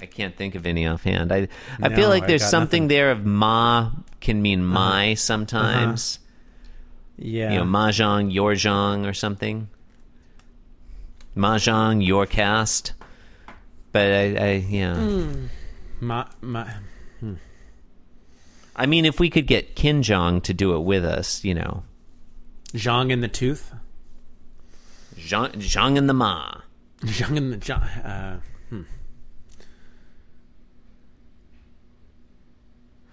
I can't think of any offhand. I I feel No, like I there's got something nothing. Uh-huh. there of ma can mean my sometimes. Yeah. You know, mahjong, your zhong or something. Mahjong, your cast. But I, I yeah. Hmm. my, my, I mean, if we could get Kinjong to do it with us, you know, Zhang in the tooth. Zhang, Zhang and the Ma. Zhang in the Zhang. Uh, hmm.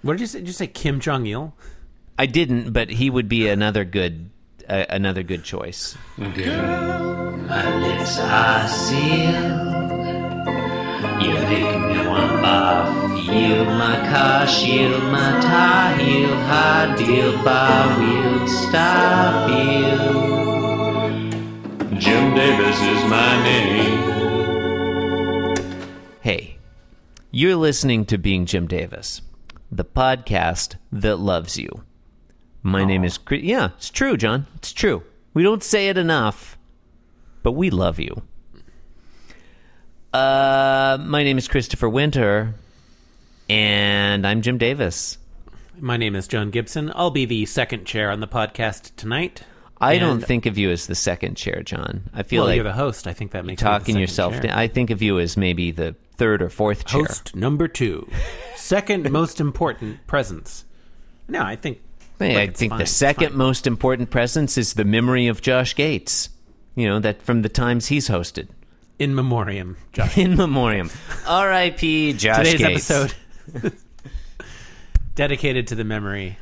What did you say? Did you say Kim Jong Il? I didn't, but he would be another good, uh, another good choice. Girl, my lips are sealed. You make me want to barf. Yield my car, shield my tie, heel, high deal, bar wheel, stop you. Jim Davis is my name. Hey, you're listening to Being Jim Davis, the podcast that loves you. My name is Chris. Yeah, it's true, John. It's true. We don't say it enough, but we love you. Uh, my name is Christopher Winter, and I'm Jim Davis. My name is John Gibson. I'll be the second chair on the podcast tonight. I don't And- think of you as the second chair, John. I feel Well, like you're the host. I think that makes me the talking second yourself. chair. down. I think of you as maybe the third or fourth chair. Host number two, second most important presence. No, I think. Hey, I Look, it's think fine, the it's second fine. most important presence is the memory of Josh Gates. You know that from the times he's hosted in memoriam, Josh. in memoriam. R.I.P. Josh Today's Gates. episode dedicated to the memory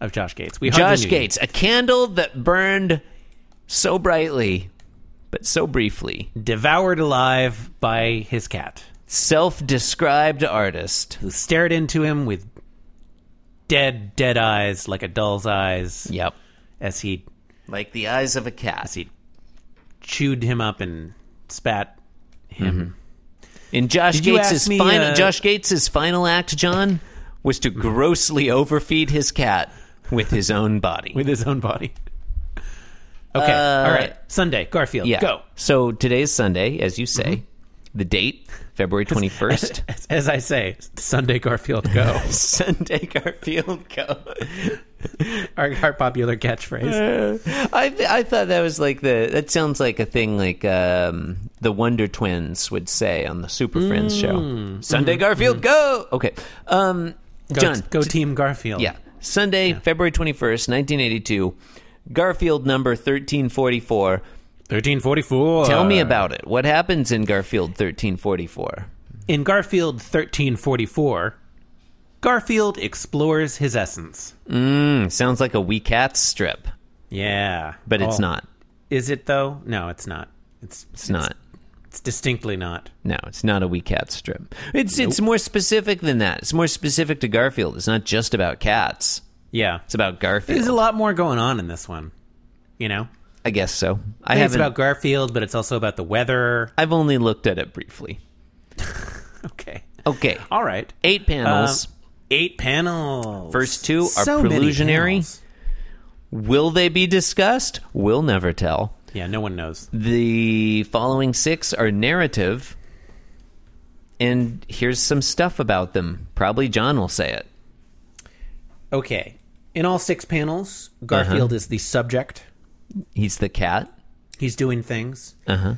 of Josh Gates. We hardly Josh knew you. Gates, a candle that burned so brightly, but so briefly. devoured alive by his cat, Self-described artist. who stared into him with dead, dead eyes like a doll's eyes Yep, as he like the eyes of a cat. he chewed him up and spat Mm-hmm. him. In Josh Did you Gates' ask me, final uh, Josh Gates' final act, John, was to grossly overfeed his cat with his own body. with his own body. Okay, all right. Sunday, Garfield, Uh, yeah. go. Mm-hmm. So today's Sunday, as you say. The date, February twenty first. As, as I say, Sunday, Garfield, go. Sunday Garfield go. our, our popular Uh, catchphrase. I I thought that was like the that sounds like a thing like um, the Wonder Twins would say on the Super Friends show. Sunday Garfield go. Okay. Um Mm. Mm-hmm. Go, John, go Team Garfield. Yeah. Sunday, February 21st, 1982. Garfield number 1344. 1344. Tell me about it. What happens in Garfield 1344? In Garfield 1344, Garfield explores his essence. Hmm, sounds like a Wee Cats strip, Yeah. but it's Oh. not. Is it though? No, it's not. It's It's not. it's distinctly not. No, it's not a Wee Cats strip. It's it's more specific than that. It's more specific to Garfield. It's not just about cats. Yeah. It's about Garfield. There's a lot more going on in this one. You know? I guess so. I I it's haven't. about Garfield, but it's also about the weather. I've only looked at it briefly. Okay. Okay, All right. eight panels. Um, Eight panels. First two are So many preliminary. panels. Will they be discussed? We'll never tell. Yeah, no one knows. The following six are narrative, and here's some stuff about them. Probably John will say it. Okay. In all six panels, Uh-huh. Garfield is the subject. He's the cat. He's doing things. Uh-huh.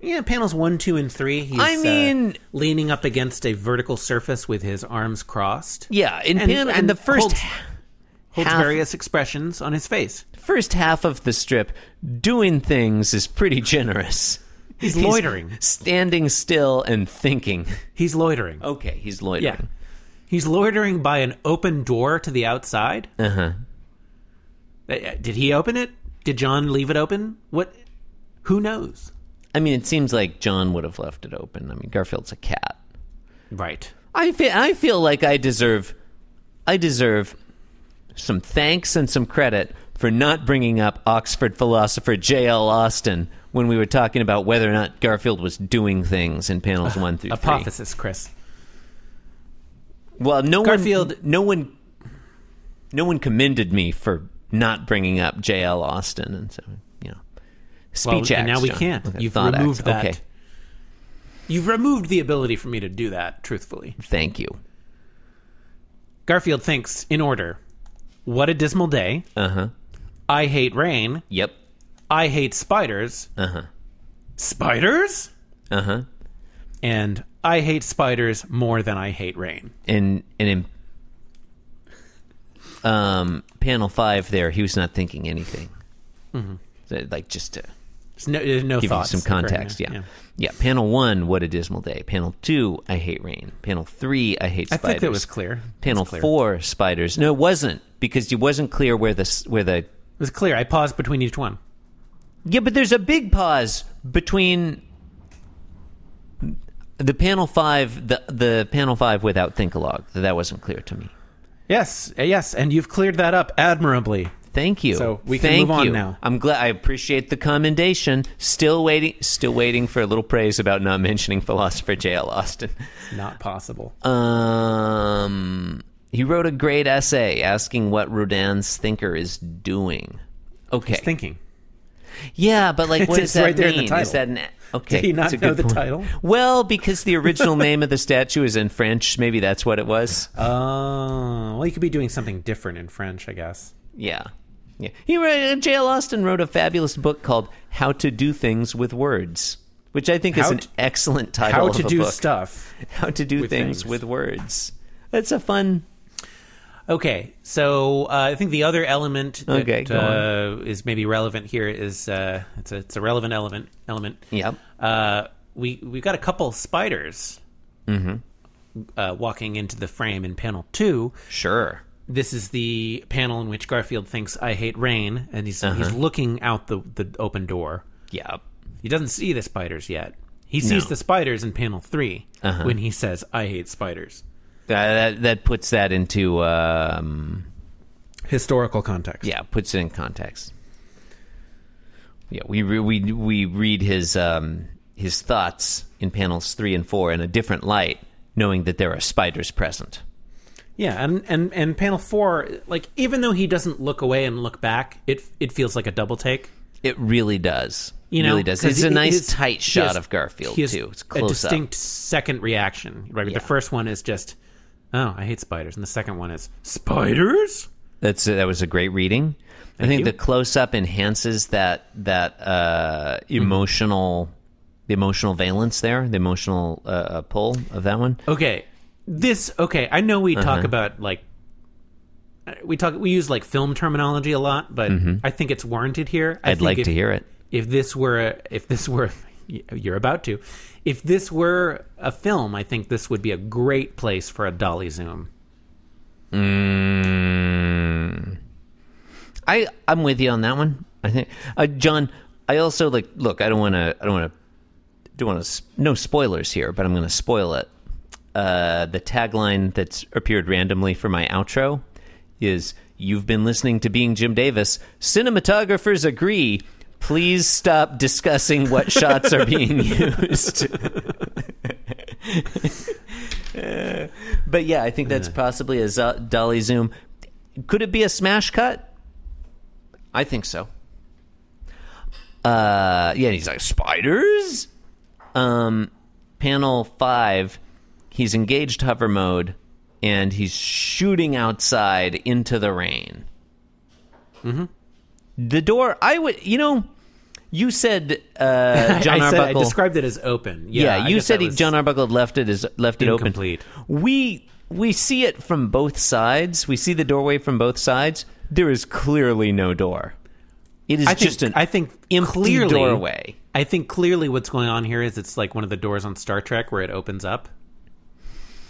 yeah, panels one, two, and three. He's, I uh, mean- leaning up against a vertical surface with his arms crossed. Yeah, in pan- and the first holds, ha- holds half- various expressions on his face. first half of the strip, doing things is pretty generous. He's loitering. He's, standing still and thinking. loitering. Okay, he's yeah, loitering. he's loitering by an open door to the outside. Uh-huh. Did he open it? Did John leave it open? What? Who knows? I mean, it seems like John would have left it open. I mean, Garfield's a cat. Right. I feel I feel like I deserve I deserve some thanks and some credit for not bringing up Oxford philosopher J.L. Austin when we were talking about whether or not Garfield was doing things in panels 1 through 3. Apophysis, Chris. Well, no Garfield- one no one no one commended me for not bringing up J.L. Austin and so, you know. Speech Well, acts, and now we John. can't. Okay, You've thought removed acts. that. Okay. You've removed the ability for me to do that, truthfully. Thank you. Garfield thinks in order What a Dismal Day. Uh huh. I hate rain. Yep. I hate spiders. Uh huh. Spiders? Uh huh. And I hate spiders more than I hate rain. And and in um panel five there, he was not thinking anything. So, Like just to There's no, there's no give Mm-hmm. thoughts. you some right now. context. yeah. yeah. Panel one, what a dismal day. Panel two, I hate rain. Panel three, I hate I spiders. think that was clear. it Panel was clear. four, spiders. No, it wasn't because it wasn't clear where the s- where the It was clear. I paused between each one. Yeah, but there's a big pause between the panel five, the the panel five without Thinkalog. That wasn't clear to me. Yes, uh, yes, and you've cleared that up admirably. Thank you. So we can Thank move on you. now. I'm glad. I appreciate the commendation. Still waiting. Still waiting for a little praise about not mentioning philosopher J.L. Austin. Not possible. Um, he wrote a great essay asking what Rodin's thinker is doing. Okay. Thinking. Yeah, but like, what does It's that right there in mean? the title. Is that an e-, okay? Did he not that's a know good the point. title? Well, because the original name of the statue is in French, maybe that's what it was. Oh, Uh, well, you could be doing something different in French, I guess. Yeah, yeah. He wrote, J.L. Austin wrote a fabulous book called "How to Do Things with Words," which I think is How an to- excellent title. How of to a do book. stuff. How to do with things, things. with words. That's a fun. Okay, so uh, I think the other element that Okay, go uh, is maybe relevant here is uh, it's a it's a relevant element element. Yep. Uh, we we got a couple spiders uh, walking into the frame in panel two. Sure. This is the panel in which Garfield thinks I hate rain, and he's he's looking out the the open door. Yep. He doesn't see the spiders yet. He sees the spiders in panel 3 when he says I hate spiders. That, that that puts that into um, Historical context. yeah puts it in context yeah we re- we we read his um his thoughts in panels 3 and 4 in a different light knowing that there are spiders present Yeah, and, and and panel four, like even though he doesn't look away and look back, it it feels like a double take. it really does You know, really does 'Cause it's a he- nice his- tight he shot has- of garfield he has too it's a close distinct second reaction. Right, Yeah. the first one is just, oh, I hate spiders, and the second one is spiders. up that's uh, that was a great reading i think you. the close up enhances that that uh Mm-hmm. emotional the emotional valence there the emotional uh, uh, pull of that one Okay, this okay. I know we Uh-huh. talk about like we talk we use like film terminology a lot, but I think it's warranted here. I Mm-hmm. i'd like if, to hear it if this were a, if this were you're about to if this were a film i think this would be a great place for a dolly zoom I I'm with you on that one. I think uh, John. I also like look. I don't want to. I don't want to. Don't want to. No spoilers here, but I'm going to spoil it. Uh, the tagline that's appeared randomly for my outro is "You've been listening to Being Jim Davis. Cinematographers agree. Please stop discussing what shots are being used." Uh, but yeah, I think that's possibly a Zo- dolly zoom. Could it be a smash cut? I think so. Uh, yeah, he's like spiders. Um, panel five, he's engaged hover mode, and he's shooting outside into the rain. Mm-hmm. The door, I would, you know, you said uh, John I, said, I Arbuckle. described it as open yeah, yeah, I you guess said that he, was John Arbuckle had left it is left it open. incomplete. We we see it from both sides. We see the doorway from both sides. There is clearly no door. It is I think, just an I think empty clearly, doorway. i think clearly what's going on here is it's like one of the doors on star trek where it opens up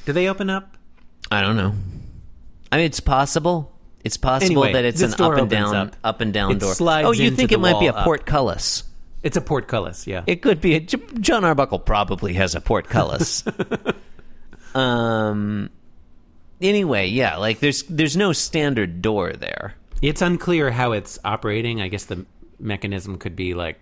do they open up I don't know. I mean, it's possible. It's possible Anyway, that it's this an door up and opens down, up. and down It door. slides oh, you into think the it might be a wall up. portcullis? it's a portcullis yeah It could be. A, J- John Arbuckle probably has a portcullis. um. Anyway, yeah, like there's there's no standard door there. it's unclear how it's operating i guess the mechanism could be like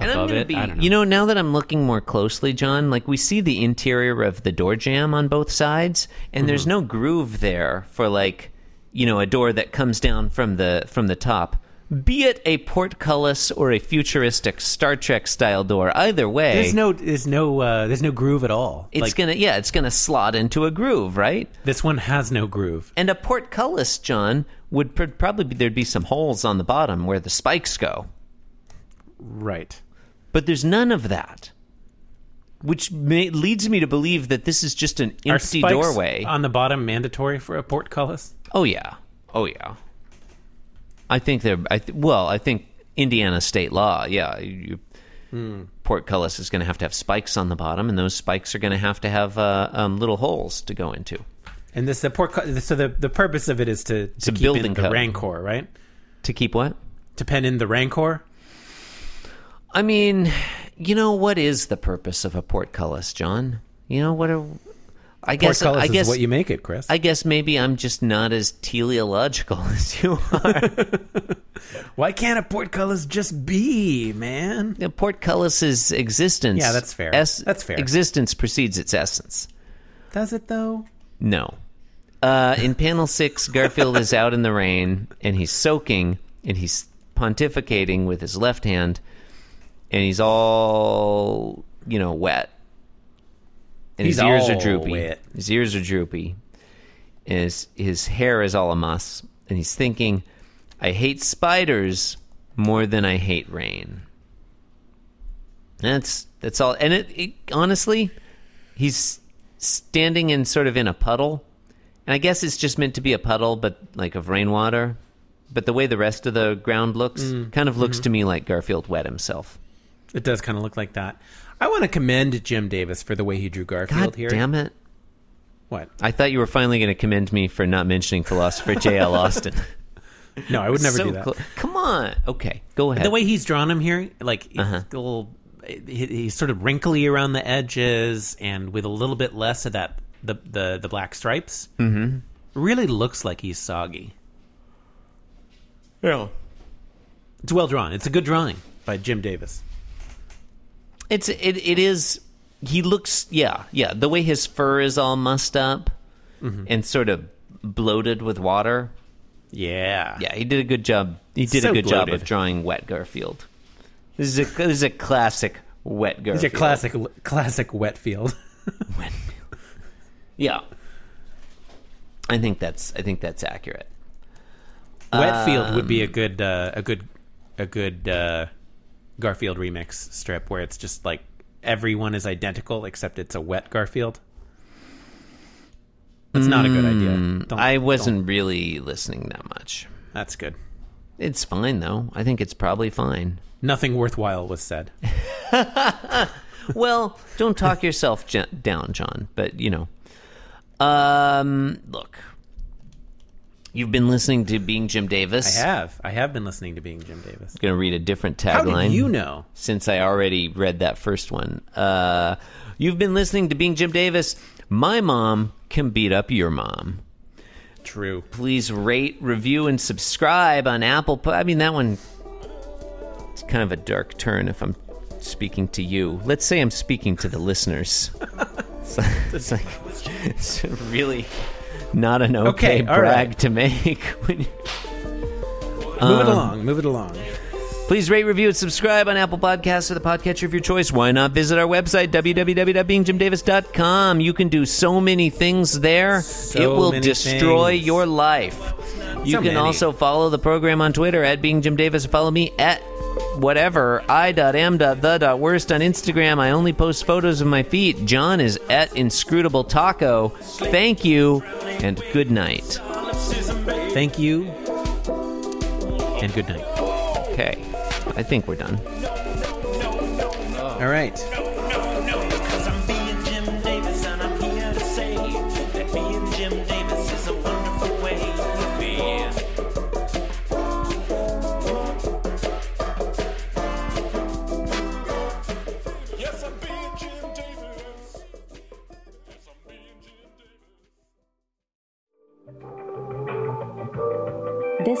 And I'm above gonna it be, I don't know. you know, now that I'm looking more closely, John, like we see the interior of the door jamb on both sides, and Mm-hmm. there's no groove there for like, you know, a door that comes down from the from the top. be it a portcullis or a futuristic Star Trek style door. Either way, There's no there's no uh, there's no groove at all. it's like, gonna yeah, it's gonna slot into a groove, right? this one has no groove. And a portcullis, John, would pr- probably be, there'd be some holes on the bottom where the spikes go, Right. but there's none of that. Which may, leads me to believe that this is just an Are empty spikes doorway. on the bottom mandatory for a portcullis? Oh yeah. Oh yeah. I think they're. I th- well, I think Indiana state law. Yeah, you, portcullis is going to have to have spikes on the bottom, and those spikes are going to have to have uh, um, little holes to go into And this the portcullis. So the, the purpose of it is to, to a keep building in the code. rancor, right? to keep what. To pen in the rancor. I mean, you know what is the purpose of a portcullis, John? You know what? Are, I guess. portcullis I guess. is what you make it, Chris. I guess maybe I'm just not as teleological as you are. Why can't a portcullis just be, man? The portcullis's existence. Yeah, that's fair. That's fair. Existence precedes its essence. Does it though? No. Uh, in panel six, Garfield is out in the rain and he's soaking and he's pontificating with his left hand and he's all, you know, wet. And his He's ears are all droopy. wet. His ears are droopy. And his, his hair is all a muss. And he's thinking, I hate spiders more than I hate rain. That's that's all. And it, it honestly, he's standing in sort of in a puddle, and I guess it's just meant to be a puddle, but like of rainwater. But the way the rest of the ground looks, Mm. kind of Mm-hmm. looks to me like Garfield wet himself. It does kind of look like that. I want to commend Jim Davis for the way he drew Garfield God here. damn it! What? I thought you were finally going to commend me for not mentioning philosopher J.L. Austin. No, I would never So do that. clo- Come on. Okay, go ahead. The way he's drawn him here, like he's Uh-huh. a little, he- he's sort of wrinkly around the edges, and with a little bit less of that the the, the black stripes. Mm-hmm. Really looks like he's soggy. yeah. It's well drawn. It's a good drawing by Jim Davis. It's it it is. He looks yeah yeah. The way his fur is all mussed up Mm-hmm. and sort of bloated with water. Yeah. Yeah, he did a good job. He did So a good job bloated. of drawing wet Garfield. This is a this is a classic wet Garfield. He's a classic classic wet field. Yeah, I think that's I think that's accurate. Wetfield would be a good uh, a good a good uh, Garfield remix strip where it's just like everyone is identical except it's a wet Garfield. That's not a good idea. Don't- I wasn't really listening that much. don't- That's good. It's fine though. I think it's probably fine. Nothing worthwhile was said. well, don't talk yourself j- down, John. But you know, um, look, you've been listening to Being Jim I Davis. have I have been listening to Being Jim Davis. Going to read a different How tagline. did you know? since I already read that first one. Uh, you've been listening to Being Jim Davis. My mom can beat up your mom. True. Please rate, review, and subscribe on Apple. Po- I mean, that one. It's kind of a dark turn if I'm speaking to you. Let's say I'm speaking to the listeners. It's like, it's like- it's really not an okay, Okay, all brag right. to make when you move it along. Move it along. Please rate, review, and subscribe on Apple Podcasts or the podcatcher of your choice. Why not visit our website, www.beingjimdavis.com? You can do so many things there, So it will many destroy things. your life. You So can many. also follow the program on Twitter at Being Jim Davis. and Follow me at whatever i.m.the.worst on Instagram. I only post photos of my feet. John is at Inscrutable Taco. Thank you and good night. Thank you. And good night. Okay, I think we're done. All right. Cause I'm being Jim Davis and I'm here to say that being Jim Davis is a wonderful way to be. Yes, I'm being Jim Davis. Yes, I'm being Jim Davis. This